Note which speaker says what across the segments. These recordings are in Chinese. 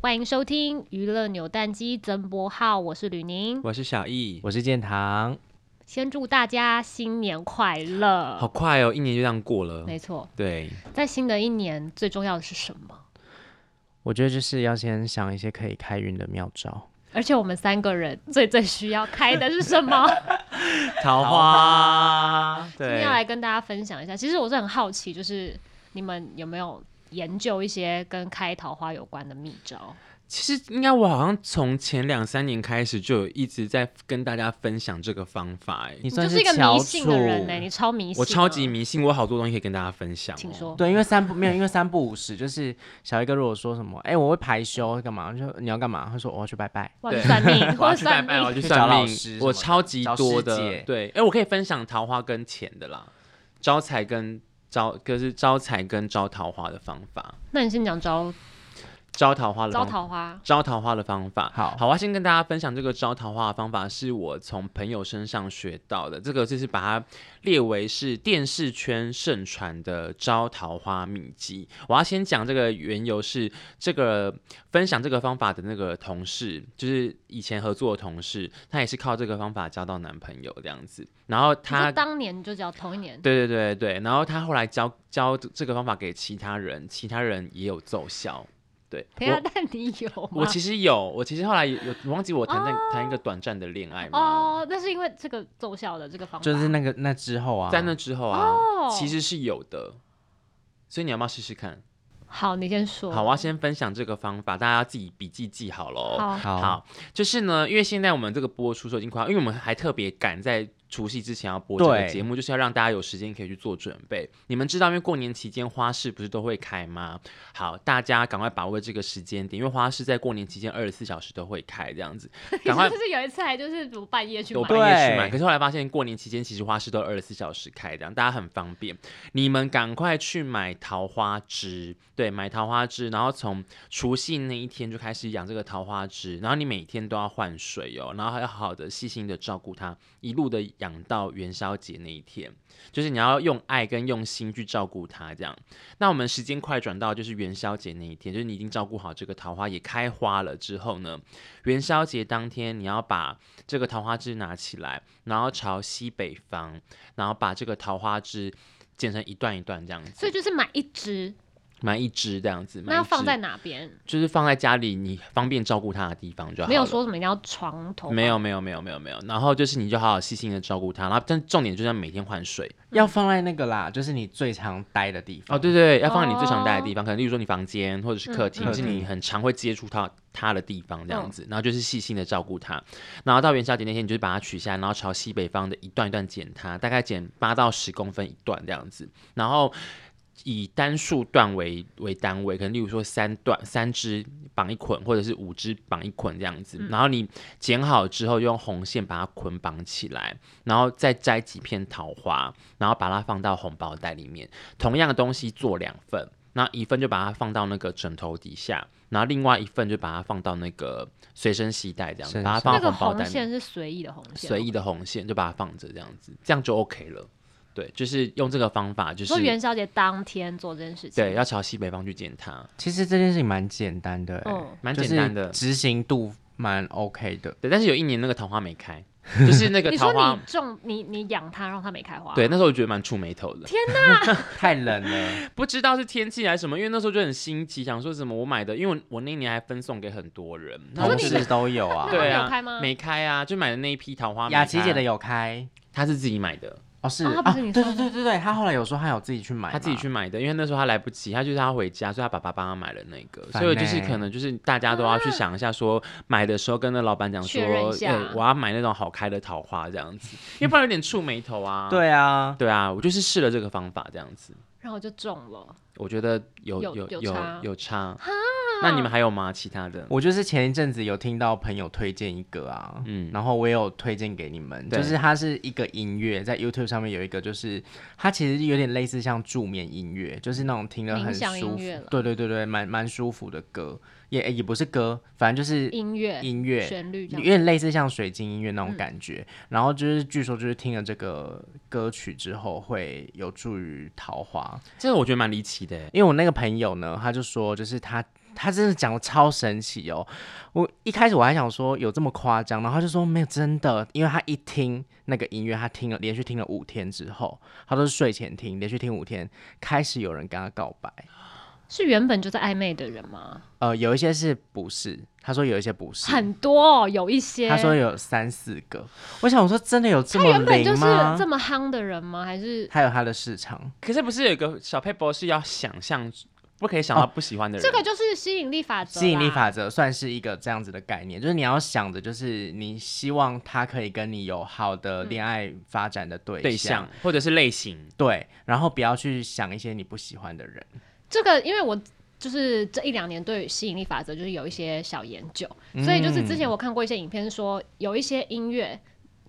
Speaker 1: 欢迎收听娱乐扭蛋机曾博浩，我是吕宁。
Speaker 2: 我是小易，
Speaker 3: 我是建堂，
Speaker 1: 先祝大家新年快乐！
Speaker 2: 好快哦，一年就这样过了。
Speaker 1: 没错，
Speaker 2: 对，
Speaker 1: 在新的一年最重要的是什么？
Speaker 3: 我觉得就是要先想一些可以开运的妙招，
Speaker 1: 而且我们三个人最最需要开的是什 么？
Speaker 3: 桃花，
Speaker 1: 今
Speaker 3: 对
Speaker 1: 天要，来跟大家分享一下。其实我是很好奇，就是你们有没有研究一些跟开桃花有关的秘招？
Speaker 2: 其实应该我好像从前两三年开始就有一直在跟大家分享这个方法，哎，
Speaker 3: 你
Speaker 1: 你就
Speaker 3: 算
Speaker 1: 是一个
Speaker 3: 翘
Speaker 1: 迷信
Speaker 3: 楚
Speaker 1: 的，人呢、你超迷信，
Speaker 2: 我超级，迷信，我有好多东西可以跟大家分享、哦
Speaker 1: 请。说。
Speaker 3: 对，因为三不没有，因为三不五时，就是小一哥如果说什么，哎、我会排休干嘛？我就说你要干嘛？他说我要去拜拜，
Speaker 1: 哇，你算命，
Speaker 2: 我要去拜
Speaker 1: 算
Speaker 2: 拜，我
Speaker 1: 命，
Speaker 2: 要去
Speaker 3: 去
Speaker 2: 算
Speaker 3: 找老
Speaker 2: 命
Speaker 3: 师什么
Speaker 2: 我
Speaker 3: 的
Speaker 2: 超级
Speaker 3: 找
Speaker 2: 多
Speaker 3: 师
Speaker 2: 的
Speaker 3: 姐。
Speaker 2: 对，哎，我可以分享桃花跟钱的啦，招财跟招，就是招财跟招桃花的方法，
Speaker 1: 那你先讲招
Speaker 2: 招桃花的
Speaker 1: 招
Speaker 2: 方法。
Speaker 1: 桃花，
Speaker 2: 招桃花的方法。
Speaker 3: 好
Speaker 2: 好，我要先跟大家分享这个招桃花的方法，是我从朋友身上学到的。这个就是把它列为是电视圈盛传的招桃花秘籍。我要先讲这个缘由是，这个分享这个方法的那个同事，就是以前合作的同事，她也是靠这个方法交到男朋友这样子。然后
Speaker 1: 你
Speaker 2: 她
Speaker 1: 是当年就叫同一年，
Speaker 2: 对对对对，然后她后来教教这个方法给其他人，其他人也有奏效。对，
Speaker 1: 等一下
Speaker 2: 我，
Speaker 1: 但你有吗？
Speaker 2: 我其实有，我其实后来有，有你忘记我谈那谈一个短暂的恋爱吗？
Speaker 1: 哦，那是因为这个奏效的这个方法，
Speaker 3: 就是那个那之后啊，
Speaker 2: 在那之后啊，
Speaker 1: 哦
Speaker 2: 其实是有的。所以你要不要试试看？
Speaker 1: 好，你先说。
Speaker 2: 好，我要啊先分享这个方法，大家自己笔记记好喽。
Speaker 1: 好，
Speaker 3: 好，
Speaker 2: 好，就是呢，因为现在我们这个播出的时候已经快要，因为我们还特别赶在除夕之前要播这个
Speaker 3: 对
Speaker 2: 节目，就是要让大家有时间可以去做准备。你们知道，因为过年期间花市不是都会开吗？好，大家赶快把握这个时间点，因为花市在过年期间二十四小时都会开，这样子，赶 快
Speaker 1: 就是有一次还就是我半夜去
Speaker 2: 我
Speaker 1: 买，
Speaker 2: 半夜去买，
Speaker 3: 对
Speaker 2: 可是后来发现过年期间其实花市都二十四小时开，这样大家很方便。你们赶快去买桃花枝，对，买桃花枝，然后从除夕那一天就开始养这个桃花枝，然后你每天都要换水哦，然后还要好好的细心的照顾它，一路的养到元宵节那一天，就是你要用爱跟用心去照顾它，这样。那我们时间快转到就是元宵节那一天，就是你已经照顾好这个桃花也开花了之后呢，元宵节当天你要把这个桃花枝拿起来，然后朝西北方，然后把这个桃花枝剪成一段一段这样
Speaker 1: 所以
Speaker 2: 子，
Speaker 1: 就是买一只，
Speaker 2: 买一枝这样子，买
Speaker 1: 那
Speaker 2: 一
Speaker 1: 要放
Speaker 2: 枝
Speaker 1: 在哪边？
Speaker 2: 就是放在家里你方便照顾它的地方就好了。
Speaker 1: 没有说什么一定要床头，
Speaker 2: 没有没有没有没有没有，然后就是你就好好细心的照顾它，然后但重点就是要每天换水
Speaker 3: 要放在那个啦，就是你最常待的地方。
Speaker 2: 哦，对对，要放在你最常待的地方，可能例如说你房间或者是客厅，
Speaker 3: 哦嗯
Speaker 2: 是你
Speaker 3: 嗯
Speaker 2: 很常会接触它它的地方这样子，然后就是细心的照顾它，然后到元宵节那天你就把它取下来，然后朝西北方的一段一段剪它，大概剪八到十公分一段这样子，然后。以单数段为为单位，可能例如说三段三支绑一捆，或者是五支绑一捆这样子。
Speaker 3: 嗯
Speaker 2: 然后你剪好之后，用红线把它捆绑起来，然后再摘几片桃花，然后把它放到红包袋里面。同样的东西做两份，那一份就把它放到那个枕头底下，然后另外一份就把它放到那个随身携带这样子，
Speaker 3: 身
Speaker 2: 把它
Speaker 3: 上
Speaker 2: 放
Speaker 1: 那
Speaker 2: 到
Speaker 1: 个
Speaker 2: 红包
Speaker 1: 红
Speaker 2: 袋里面
Speaker 1: 线是随意的红线，
Speaker 2: 随意。的红线就把它放着这样子，这样就 OK 了。对，就是用这个方法，就是
Speaker 1: 说元宵节当天做这件事情，
Speaker 2: 对，，要朝西北方去剪它，
Speaker 3: 其实这件事情蛮简单的、欸，
Speaker 1: 嗯
Speaker 2: 蛮简单的
Speaker 3: 就是。执行度蛮 OK 的。
Speaker 2: 对，但是有一年那个桃花没开，就是那个
Speaker 1: 你啊
Speaker 2: 桃
Speaker 1: 说
Speaker 2: 花
Speaker 1: 你，种你你养它，让它没开花，
Speaker 2: 对，，那时候我觉得蛮触眉头的，
Speaker 3: 太冷了，
Speaker 2: 不知道是天气还是什么，因为那时候就很新奇，想说什么我买的，因为我我那年还分送给很多人，
Speaker 1: 可是
Speaker 3: 同
Speaker 1: 你
Speaker 3: 事都有啊。
Speaker 1: 那他
Speaker 2: 对
Speaker 1: 没有
Speaker 2: 啊
Speaker 1: 开吗，
Speaker 2: 没开啊，就买的那一批桃花。
Speaker 3: 雅琪姐的，有开
Speaker 2: 她是自己买的，
Speaker 3: 啊哦，是
Speaker 1: 哦她不是你
Speaker 3: 对
Speaker 1: 送
Speaker 3: 对
Speaker 1: 的
Speaker 3: 对对对，她后来有说她有自己去买嘛，
Speaker 2: 她自己去买的，因为那时候她来不及，她就是她回家，所以她爸爸帮她买了那个，
Speaker 3: 烦
Speaker 2: 所以就是
Speaker 3: 欸
Speaker 2: 可能就是大家都要去想一下说，买的时候跟那老板讲说，
Speaker 1: 确认一下
Speaker 2: 哎我要买那种好开的桃花这样子，因为不然有点触眉头 啊。
Speaker 3: 对啊，
Speaker 2: 对啊，我就是试了这个方法这样子，
Speaker 1: 然后我就种了，
Speaker 2: 我觉得有
Speaker 1: 有
Speaker 2: 有
Speaker 1: 有
Speaker 2: 有
Speaker 1: 差
Speaker 2: 有差。那你们还有吗？其他的？
Speaker 3: 我就是前一阵子有听到朋友推荐一个啊，
Speaker 2: 嗯
Speaker 3: 嗯，然后我也有推荐给你们，
Speaker 2: 对
Speaker 3: 就是它是一个音乐，在 YouTube 上面有一个，就是它其实有点类似像助眠音乐，就是那种听得
Speaker 1: 冥
Speaker 3: 很
Speaker 1: 想
Speaker 3: 舒
Speaker 1: 音
Speaker 3: 服
Speaker 1: 乐了，
Speaker 3: 对对对对，蛮蛮舒服的歌，也也不是歌，反正就是
Speaker 1: 音乐
Speaker 3: 音乐
Speaker 1: 旋律这样，
Speaker 3: 有
Speaker 1: 嗯
Speaker 3: 点类似像水晶音乐那种感觉。然后就是据说就是听了这个歌曲之后会有助于桃花，
Speaker 2: 这个我觉得蛮离奇的欸，
Speaker 3: 因为我那个朋友呢，他就说就是他。他真的讲的超神奇哦！我一开始我还想说有这么夸张，然后他就说没有，真的，因为他一听那个音乐，他听了连续听了五天之后，他都是睡前听，连续听五天，开始有人跟他告白。
Speaker 1: 是原本就在暧昧的人吗？
Speaker 3: 呃，有一些是不是？他说有一些不是，
Speaker 1: 很多、哦，有一些。
Speaker 3: 他说有三四个。我想我说真的有这
Speaker 1: 他
Speaker 3: 么
Speaker 1: 原本就
Speaker 3: 灵
Speaker 1: 是
Speaker 3: 吗？
Speaker 1: 这么夯的人吗？还是
Speaker 3: 他有他的市场，
Speaker 2: 可是不是有一个小 paper 是要想象，不可以想到不喜欢的人？
Speaker 1: 这个就是吸引力法则啦？
Speaker 3: 吸引力法则算是一个这样子的概念，就是你要想的，就是你希望他可以跟你有好的恋爱发展的对
Speaker 2: 对
Speaker 3: 象，
Speaker 2: 象或者是类型，
Speaker 3: 对，然后不要去想一些你不喜欢的人。
Speaker 1: 这个，因为我就是这一两年对吸引力法则就是有一些小研究，
Speaker 3: 嗯
Speaker 1: 所以就是之前我看过一些影片说，有一些音乐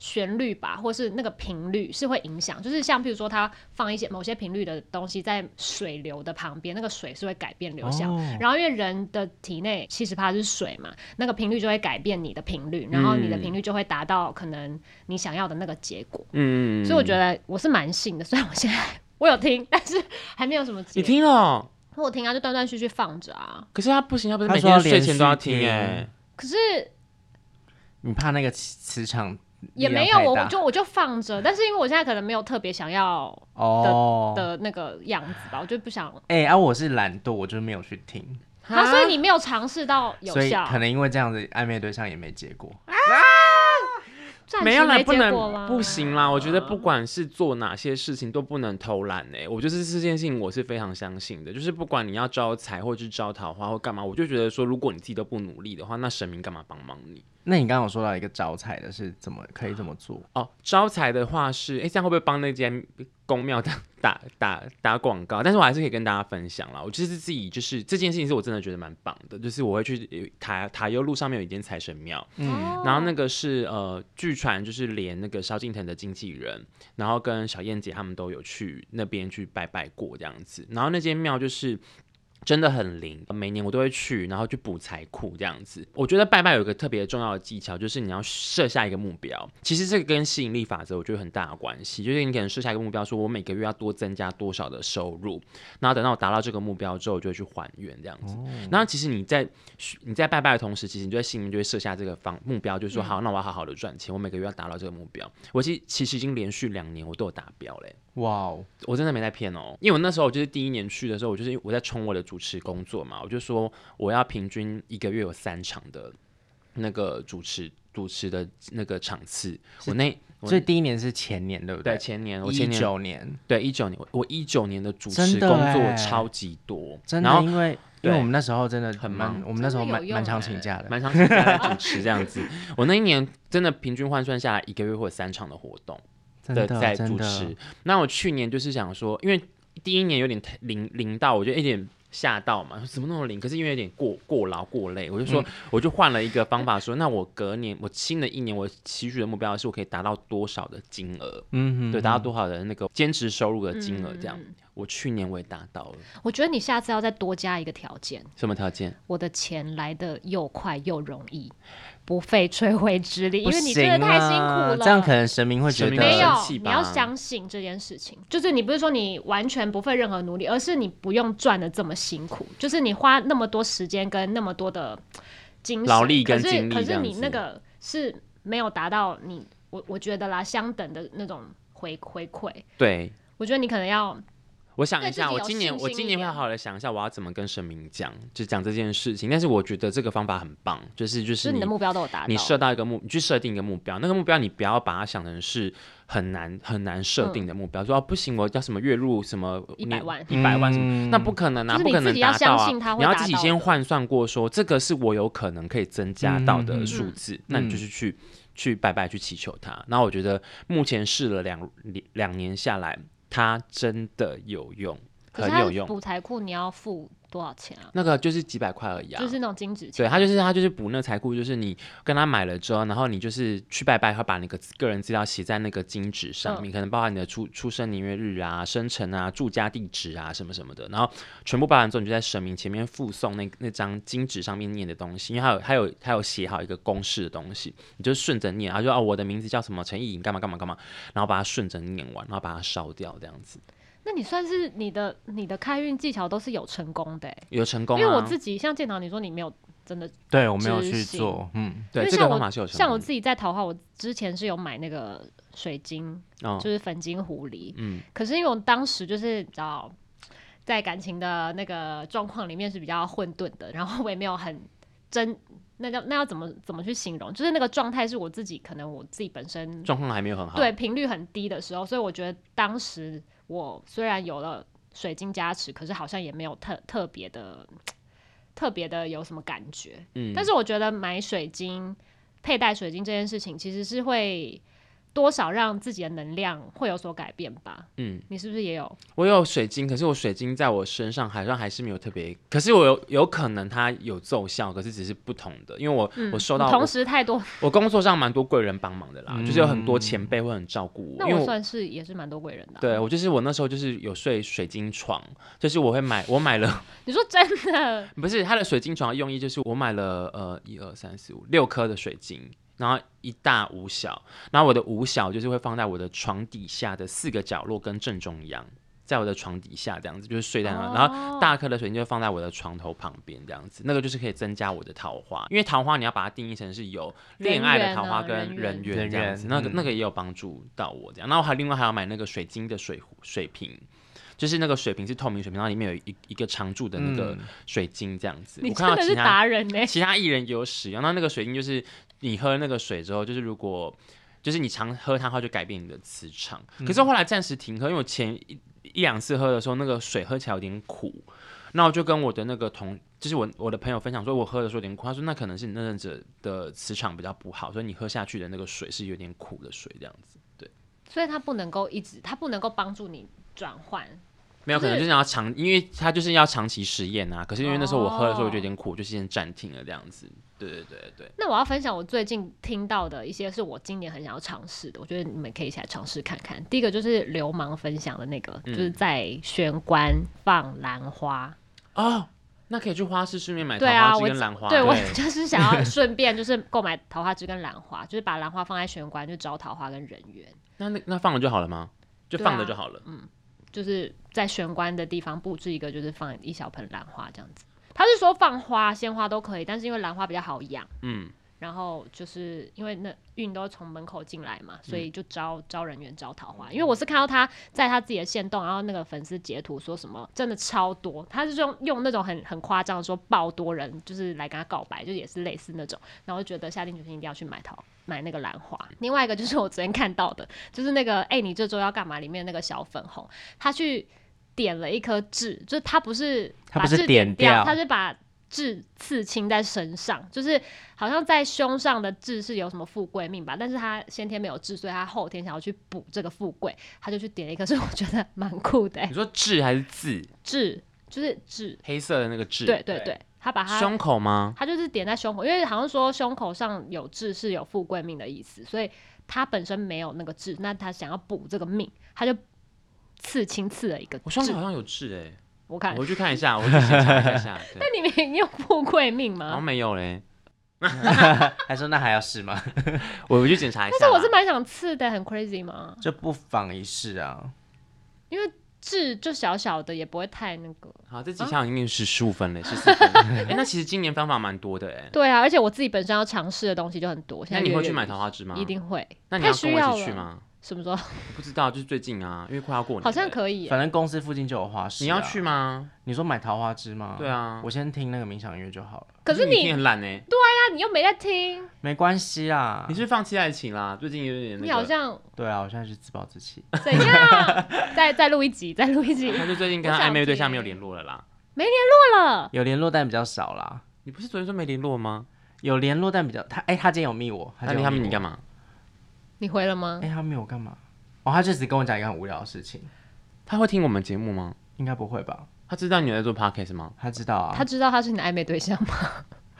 Speaker 1: 旋律吧，或是那个频率是会影响，就是像譬如说他放一些某些频率的东西在水流的旁边，那个水是会改变流向。
Speaker 3: 哦
Speaker 1: 然后因为人的体内七十趴是水嘛，那个频率就会改变你的频率，然后你的
Speaker 3: 嗯
Speaker 1: 频率就会达到可能你想要的那个结果。
Speaker 2: 嗯，
Speaker 1: 所以我觉得我是蛮信的，虽然我现在 我有听，但是还没有什么结
Speaker 2: 你
Speaker 1: 果。
Speaker 2: 听了，哦
Speaker 1: 我听啊，就断断续续放着啊。
Speaker 2: 可是他不行，他不是
Speaker 3: 他
Speaker 2: 每
Speaker 3: 说要
Speaker 2: 天睡
Speaker 3: 连
Speaker 2: 前
Speaker 3: 续
Speaker 2: 都要听
Speaker 3: 听
Speaker 2: 哎，
Speaker 1: 可是
Speaker 3: 你怕那个磁磁场
Speaker 1: 也
Speaker 3: 力量
Speaker 1: 没有，
Speaker 3: 太
Speaker 1: 我
Speaker 3: 大
Speaker 1: 我就我就放着。但是因为我现在可能没有特别想要
Speaker 3: 哦，
Speaker 1: 的那个样子吧，我就不想。
Speaker 3: 哎、啊，我是懒惰，我就是没有去听，
Speaker 1: 啊，所以你没有尝试到有
Speaker 3: 所以
Speaker 1: 效，
Speaker 3: 可能因为这样子暧昧对象也没结果。
Speaker 1: 暂时
Speaker 2: 没有啦，
Speaker 1: 没
Speaker 2: 不
Speaker 1: 结果啦
Speaker 2: 能不行
Speaker 3: 啊
Speaker 2: 啦。我觉得不管是做哪些事情都不能偷懒哎、我就是这件事情我是非常相信的，就是不管你要招财或是招桃花或干嘛，我就觉得说，如果你自己都不努力的话，那神明干嘛帮忙你？
Speaker 3: 那你刚刚有说到一个招财的是怎么可以这么做？
Speaker 2: 哦，招财的话是，哎、这样会不会帮那间公庙打打打打广告？但是我还是可以跟大家分享啦。我就是自己就是这件事情是我真的觉得蛮棒的，就是我会去有塔塔悠路上面有一间财神庙，
Speaker 3: 嗯，
Speaker 1: 哦
Speaker 2: 然后那个是呃，据传就是连那个萧敬腾的经纪人，然后跟小燕姐他们都有去那边去拜拜过这样子。然后那间庙就是真的很灵，每年我都会去，然后去补财库这样子。我觉得拜拜有一个特别重要的技巧，就是你要设下一个目标。其实这个跟吸引力法则我觉得有很大的关系，就是你可能设下一个目标，说我每个月要多增加多少的收入，然后等到我达到这个目标之后，我就会去还原这样子。然后其实你在你在拜拜的同时，其实你就在心里面就会设下这个方目标，
Speaker 3: 嗯
Speaker 2: 就是说好，那我要好好的赚钱，我每个月要达到这个目标。我其实其实已经连续两年我都有达标嘞。
Speaker 3: 哇哦，
Speaker 2: 我真的没在骗哦，因为我那时候我就是第一年去的时候，我就是我在冲我的主持工作嘛，我就说我要平均一个月有三场的那个主持主持的那个场次。我那我
Speaker 3: 所以第一年是前年对不
Speaker 2: 对前年我
Speaker 3: 一
Speaker 2: 前年
Speaker 3: 九年，
Speaker 2: 对一九年我我一九年的主持
Speaker 3: 真的
Speaker 2: 工作
Speaker 3: 欸
Speaker 2: 超级多，
Speaker 3: 真
Speaker 2: 然
Speaker 3: 的，
Speaker 2: 后
Speaker 3: 因为因
Speaker 2: 对
Speaker 3: 为我们那时候真的
Speaker 2: 很
Speaker 3: 蛮
Speaker 2: 忙
Speaker 3: 我们那时候
Speaker 1: 真的有
Speaker 3: 蛮
Speaker 1: 用
Speaker 3: 蛮常
Speaker 1: 欸
Speaker 3: 请假的。
Speaker 2: 蛮长时间在主持这样 子。我那一年真的平均换算下来，一个月会有三场的活动。
Speaker 3: 真
Speaker 2: 的
Speaker 3: 的
Speaker 2: 在
Speaker 3: 真
Speaker 2: 主
Speaker 3: 的
Speaker 2: 持。那我去年就是想说，因为第一年有点太零零到，我就有点吓到嘛，说怎么那么零？可是因为有点过过劳过累，我就说、我就换了一个方法说，那我隔年我新的一年我期许的目标是我可以达到多少的金额，
Speaker 3: 嗯
Speaker 2: 对，达到多少的那个兼职收入的金额这样。
Speaker 1: 嗯
Speaker 2: 我去年我也达到了，
Speaker 1: 我觉得你下次要再多加一个条件，
Speaker 2: 什么条件？
Speaker 1: 我的钱来的又快又容易，不费吹灰之力，因
Speaker 3: 不
Speaker 1: 为你真的
Speaker 3: 行
Speaker 1: 太辛苦
Speaker 3: 啊
Speaker 1: 了。
Speaker 3: 这样可能神明会
Speaker 2: 神
Speaker 3: 觉
Speaker 2: 明
Speaker 3: 得
Speaker 2: 会
Speaker 1: 没有
Speaker 2: 生气，
Speaker 1: 你
Speaker 2: 吧
Speaker 1: 要相信这件事情，就是你不是说你完全不费任何努力，而是你不用赚的这么辛苦，就是你花那么多时间跟那么多的精神
Speaker 2: 劳力跟
Speaker 1: 可
Speaker 2: 精
Speaker 1: 是
Speaker 2: 力
Speaker 1: 可
Speaker 2: 这
Speaker 1: 是
Speaker 2: 样
Speaker 1: 你
Speaker 2: 子
Speaker 1: 那个是没有达到你，我我觉得啦，相等的那种回回馈，
Speaker 2: 对。
Speaker 1: 我觉得你可能要
Speaker 2: 我想
Speaker 1: 对
Speaker 2: 一
Speaker 1: 自己
Speaker 2: 下，我
Speaker 1: 有
Speaker 2: 今年
Speaker 1: 信
Speaker 2: 我
Speaker 1: 心一
Speaker 2: 今年会
Speaker 1: 点
Speaker 2: 好好的想一下，我要怎么跟神明讲，就讲这件事情。但是我觉得这个方法很棒，就是就
Speaker 1: 就是是你的目标都有达到，
Speaker 2: 你设到一个目，你去设定一个目标，那个目标你不要把它想成是很难很难设定的目标，说、啊、不行，我要什么月入什么
Speaker 1: 100万
Speaker 2: 一百万什么。
Speaker 3: 嗯
Speaker 2: 那不可能啊，
Speaker 1: 就是
Speaker 2: 不
Speaker 1: 你
Speaker 2: 可
Speaker 1: 自
Speaker 2: 能
Speaker 1: 己
Speaker 2: 达
Speaker 1: 要
Speaker 2: 到
Speaker 1: 相
Speaker 2: 啊！
Speaker 1: 信它会
Speaker 2: 你要
Speaker 1: 达
Speaker 2: 自己
Speaker 1: 到
Speaker 2: 先
Speaker 1: 的
Speaker 2: 换算过说这个是我有可能可以增加到的
Speaker 3: 嗯
Speaker 2: 数
Speaker 1: 嗯
Speaker 2: 字，那你就
Speaker 3: 嗯
Speaker 2: 是去、去拜拜去祈求它。那我觉得目前试了两两年下来，它真的有用，
Speaker 1: 可是
Speaker 2: 很
Speaker 1: 它
Speaker 2: 有用。
Speaker 1: 补财库你要付多少钱啊？
Speaker 2: 那个就是几百块而已啊，
Speaker 1: 就是那种金纸钱，
Speaker 2: 对他就是他就是补那财库，就是你跟他买了之后，然后你就是去拜拜，他把你个个人资料写在那个金纸
Speaker 1: 嗯
Speaker 2: 上面，可能包含你的出出生年月日啊、生辰啊、住家地址啊什么什么的，然后全部包含之后，你就在神明前面附送那那张金纸上面念的东西，因为还有还有还有写好一个公式的东西，你就顺着念，他就说哦我的名字叫什么陈意颖，干嘛干嘛干嘛，然后把它顺着念完，然后把它烧掉这样子。
Speaker 1: 那你算是你的你的开运技巧都是有成功的欸、
Speaker 2: 有成功、啊。
Speaker 1: 因为我自己像建堂，你说你没有真的，
Speaker 3: 对我没有
Speaker 1: 执
Speaker 3: 去
Speaker 1: 行
Speaker 3: 做，嗯，
Speaker 1: 因
Speaker 2: 对
Speaker 1: 为
Speaker 2: 这个
Speaker 1: 像
Speaker 2: 方
Speaker 1: 我
Speaker 2: 法是有成功的。
Speaker 1: 像我自己在桃花，我之前是有买那个水晶，
Speaker 2: 哦
Speaker 1: 就是粉晶狐狸，
Speaker 2: 嗯
Speaker 1: 可是因为我当时就是比较在感情的那个状况里面是比较混沌的，然后我也没有很真，那叫那要怎么怎么去形容？就是那个状态是我自己可能我自己本身
Speaker 2: 状况还没有很好。
Speaker 1: 对频率很低的时候，所以我觉得当时我虽然有了水晶加持，可是好像也没有特特别的特别的有什么感觉。
Speaker 2: 嗯，
Speaker 1: 但是我觉得买水晶、佩戴水晶这件事情，其实是会多少让自己的能量会有所改变吧？
Speaker 2: 嗯，
Speaker 1: 你是不是也有？
Speaker 2: 我有水晶，可是我水晶在我身上好像还是没有特别，可是我有有可能它有奏效，可是只是不同的，因为我、我收到
Speaker 1: 嗯同
Speaker 2: 我
Speaker 1: 时太多，
Speaker 2: 我工作上蛮多贵人帮忙的啦，就是有很多前辈会很照顾我，
Speaker 1: 那
Speaker 2: 因为
Speaker 1: 我算是也是蛮多贵人的啊、
Speaker 2: 对我就是我那时候就是有睡水晶床，就是我会买我买了
Speaker 1: 你说真的，
Speaker 2: 不是它的水晶床的用意就是我买了呃一二三四五六颗的水晶，然后一大五小，然后我的五小就是会放在我的床底下的四个角落跟正中央，在我的床底下这样子就是睡在那，
Speaker 1: 哦
Speaker 2: 然后大颗的水晶就放在我的床头旁边这样子，那个就是可以增加我的桃花，因为桃花你要把它定义成是有恋爱的桃花跟
Speaker 1: 人缘
Speaker 2: 人
Speaker 1: 啊
Speaker 2: 缘这样子，
Speaker 3: 人缘
Speaker 2: 那个
Speaker 3: 嗯
Speaker 2: 那个也有帮助到我这样，然后还另外还要买那个水晶的水壶水瓶。就是那个水瓶是透明水瓶，然后里面有一一个常驻的那个
Speaker 3: 嗯
Speaker 2: 水晶这样子。
Speaker 1: 你
Speaker 2: 我
Speaker 1: 真
Speaker 2: 看到
Speaker 1: 的
Speaker 2: 其
Speaker 1: 是
Speaker 2: 他
Speaker 1: 达人欸呢、
Speaker 2: 其他艺人也有使用，那那个水晶就是你喝那个水之后，就是如果就是你常喝它的话，就改变你的磁场。可是后来暂时停喝，因为我前一一两次喝的时候，那个水喝起来有点苦，那我就跟我的那个同，就是我我的朋友分享说，我喝的时候有点苦，他说那可能是你那阵子的磁场比较不好，所以你喝下去的那个水是有点苦的水这样子。
Speaker 1: 所以它不能够一直，它不能够帮助你转换。
Speaker 2: 没有，可
Speaker 1: 就是
Speaker 2: 能就是要长，因为它就是要长期实验啊。可是因为那时候我喝的时候，我就有点
Speaker 1: 哦
Speaker 2: 苦，我就先暂停了这样子。对对对对。
Speaker 1: 那我要分享我最近听到的一些是我今年很想要尝试的，我觉得你们可以一起来尝试看看。第一个就是流氓分享的那个，就是在玄关放兰花。
Speaker 2: 哦，那可以去花市顺便买桃
Speaker 1: 对啊
Speaker 2: 花枝
Speaker 1: 我
Speaker 2: 跟兰花。
Speaker 1: 对我
Speaker 3: 对
Speaker 1: 就是想要顺便就是购买桃花枝跟兰花，就是把兰花放在玄关，就招桃花跟人缘。
Speaker 2: 那那那放了就好了吗？就
Speaker 1: 对
Speaker 2: 放着
Speaker 1: 啊
Speaker 2: 就好了。
Speaker 1: 就是在玄关的地方布置一个，就是放一小盆兰花这样子。他是说放花、鲜花都可以，但是因为兰花比较好养，
Speaker 2: 嗯，
Speaker 1: 然后就是因为那运都从门口进来嘛，所
Speaker 3: 嗯
Speaker 1: 以就招、招人员招桃花。因为我是看到他在他自己的线动，然后那个粉丝截图说什么真的超多，他是用用那种很很夸张的说爆多人，就是来跟他告白，就也是类似那种，然后就觉得下定决心一定要去买桃买那个兰花。另外一个就是我昨天看到的，就是那个哎、你这周要干嘛里面那个小粉红，他去点了一颗痣，就是他不是
Speaker 3: 他
Speaker 1: 把
Speaker 3: 不是
Speaker 1: 痣
Speaker 3: 点掉
Speaker 1: 他是把痣刺青在身上，就是好像在胸上的痣是有什么富贵命吧，但是他先天没有痣，所以他后天想要去补这个富贵，他就去点了一颗，所以我觉得蛮酷的、欸
Speaker 2: 你，说痣还是字？
Speaker 1: 痣就是痣，
Speaker 2: 黑色的那个痣。
Speaker 1: 对对对，他把它
Speaker 2: 胸口吗？
Speaker 1: 他就是点在胸口，因为好像说胸口上有痣是有富贵命的意思，所以他本身没有那个痣，那他想要补这个命，他就刺青刺了一个
Speaker 2: 我胸口
Speaker 1: 痣。
Speaker 2: 好像有痣哎，
Speaker 1: 我看
Speaker 2: 我，回去看一下，我去检查一 下。对
Speaker 1: 那你们你有富贵命
Speaker 2: 好 像
Speaker 1: 吗？
Speaker 2: 没有嘞，
Speaker 3: 还说那还要试吗？
Speaker 2: 我回去检查一下
Speaker 1: 但
Speaker 2: 啦。
Speaker 1: 是我是蛮想刺的，很 crazy 吗？
Speaker 3: 就不妨一试啊。
Speaker 1: 因为痣就小小的，也不会太那个。
Speaker 2: 好，这几项已经是十五 分了，十四分。哎，那其实今年方法蛮多的哎。
Speaker 1: 对啊，而且我自己本身要尝试的东西就很多。现
Speaker 2: 那
Speaker 1: 在
Speaker 2: 你
Speaker 1: 跃
Speaker 2: 会
Speaker 1: 跃
Speaker 2: 去买
Speaker 1: 欲
Speaker 2: 桃花枝吗？
Speaker 1: 试？一。定会。
Speaker 2: 那你
Speaker 1: 太
Speaker 2: 要
Speaker 1: 需
Speaker 2: 跟我一
Speaker 1: 要
Speaker 2: 起去
Speaker 1: 了
Speaker 2: 吗？
Speaker 1: 什么时候？
Speaker 2: 不知道，就是最近啊，因为快要过年了。
Speaker 1: 好像可以耶。
Speaker 3: 反正公司附近就有花市、啊
Speaker 2: 你要去？吗？
Speaker 3: 你说买桃花枝吗？
Speaker 2: 对啊
Speaker 3: 我先听那个冥想音乐就好了，
Speaker 1: 可是
Speaker 2: 你一定
Speaker 1: 你，
Speaker 2: 很懒哎，
Speaker 1: 那你又没在听，
Speaker 3: 没关系啦。
Speaker 2: 你是不是放弃爱情啦？最近有点
Speaker 1: 啊
Speaker 2: 那个。
Speaker 1: 你好像
Speaker 3: 对啊，我现在是自暴自弃。
Speaker 1: 怎样？再再录一集，再录一集。
Speaker 2: 他就最近跟
Speaker 1: 我
Speaker 2: 他
Speaker 1: 想
Speaker 2: 暧昧对象
Speaker 1: 听欸
Speaker 2: 没有联络了啦。
Speaker 1: 错了，
Speaker 3: 有联络但比较少啦，
Speaker 2: 你不是昨天说没联络吗？
Speaker 3: 有联络但比较他哎、他今天有密我，他
Speaker 2: 那
Speaker 3: 今天
Speaker 2: 你
Speaker 3: 有
Speaker 2: 他们
Speaker 3: 密
Speaker 2: 你
Speaker 3: 我
Speaker 2: 干？嘛？
Speaker 1: 你回了吗
Speaker 3: 哎、？他密我干嘛？哦，他就只跟我讲一个很无聊的事情，
Speaker 2: 他会听我们节目吗？
Speaker 3: 应该不会吧？
Speaker 2: 他知道你在做 podcast 吗？
Speaker 3: 他知道啊，
Speaker 1: 他
Speaker 3: 他
Speaker 1: 知道他是你的暧昧对象吗？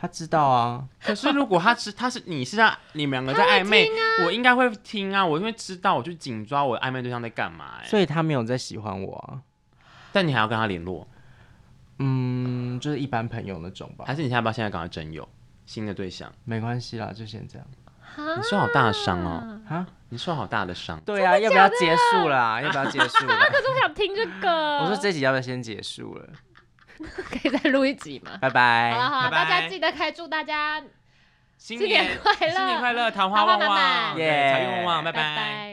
Speaker 3: 他知道啊，
Speaker 2: 可是如果他知他是你是在你们两个在暧昧，我应该会听啊，我因为知道我就紧抓我暧昧对象在干嘛、欸。
Speaker 3: 所以他没有在喜欢我啊。
Speaker 2: 但你还要跟他联络，
Speaker 3: 嗯，就是一般朋友那种吧
Speaker 2: 还，是你现在要不要现在赶快征友新的对象？
Speaker 3: 没关系啦，就先这样。
Speaker 1: 哈
Speaker 2: 你，受好大伤哦，
Speaker 3: 啊，
Speaker 2: 你受好大的伤。
Speaker 3: 对啊，要不要结束啦？要不要结束 了？
Speaker 1: 可是我想听这个。
Speaker 3: 我说这集要不要先结束了？
Speaker 1: 可以再录一集吗？
Speaker 3: 拜拜。
Speaker 1: 好了好了，
Speaker 2: 拜拜
Speaker 1: 大家记得开祝大家
Speaker 2: 新
Speaker 1: 新年快乐
Speaker 2: 新年快乐，桃花旺
Speaker 1: 桃花满
Speaker 2: 旺，
Speaker 1: 满
Speaker 2: 对财运旺旺，
Speaker 1: 拜拜。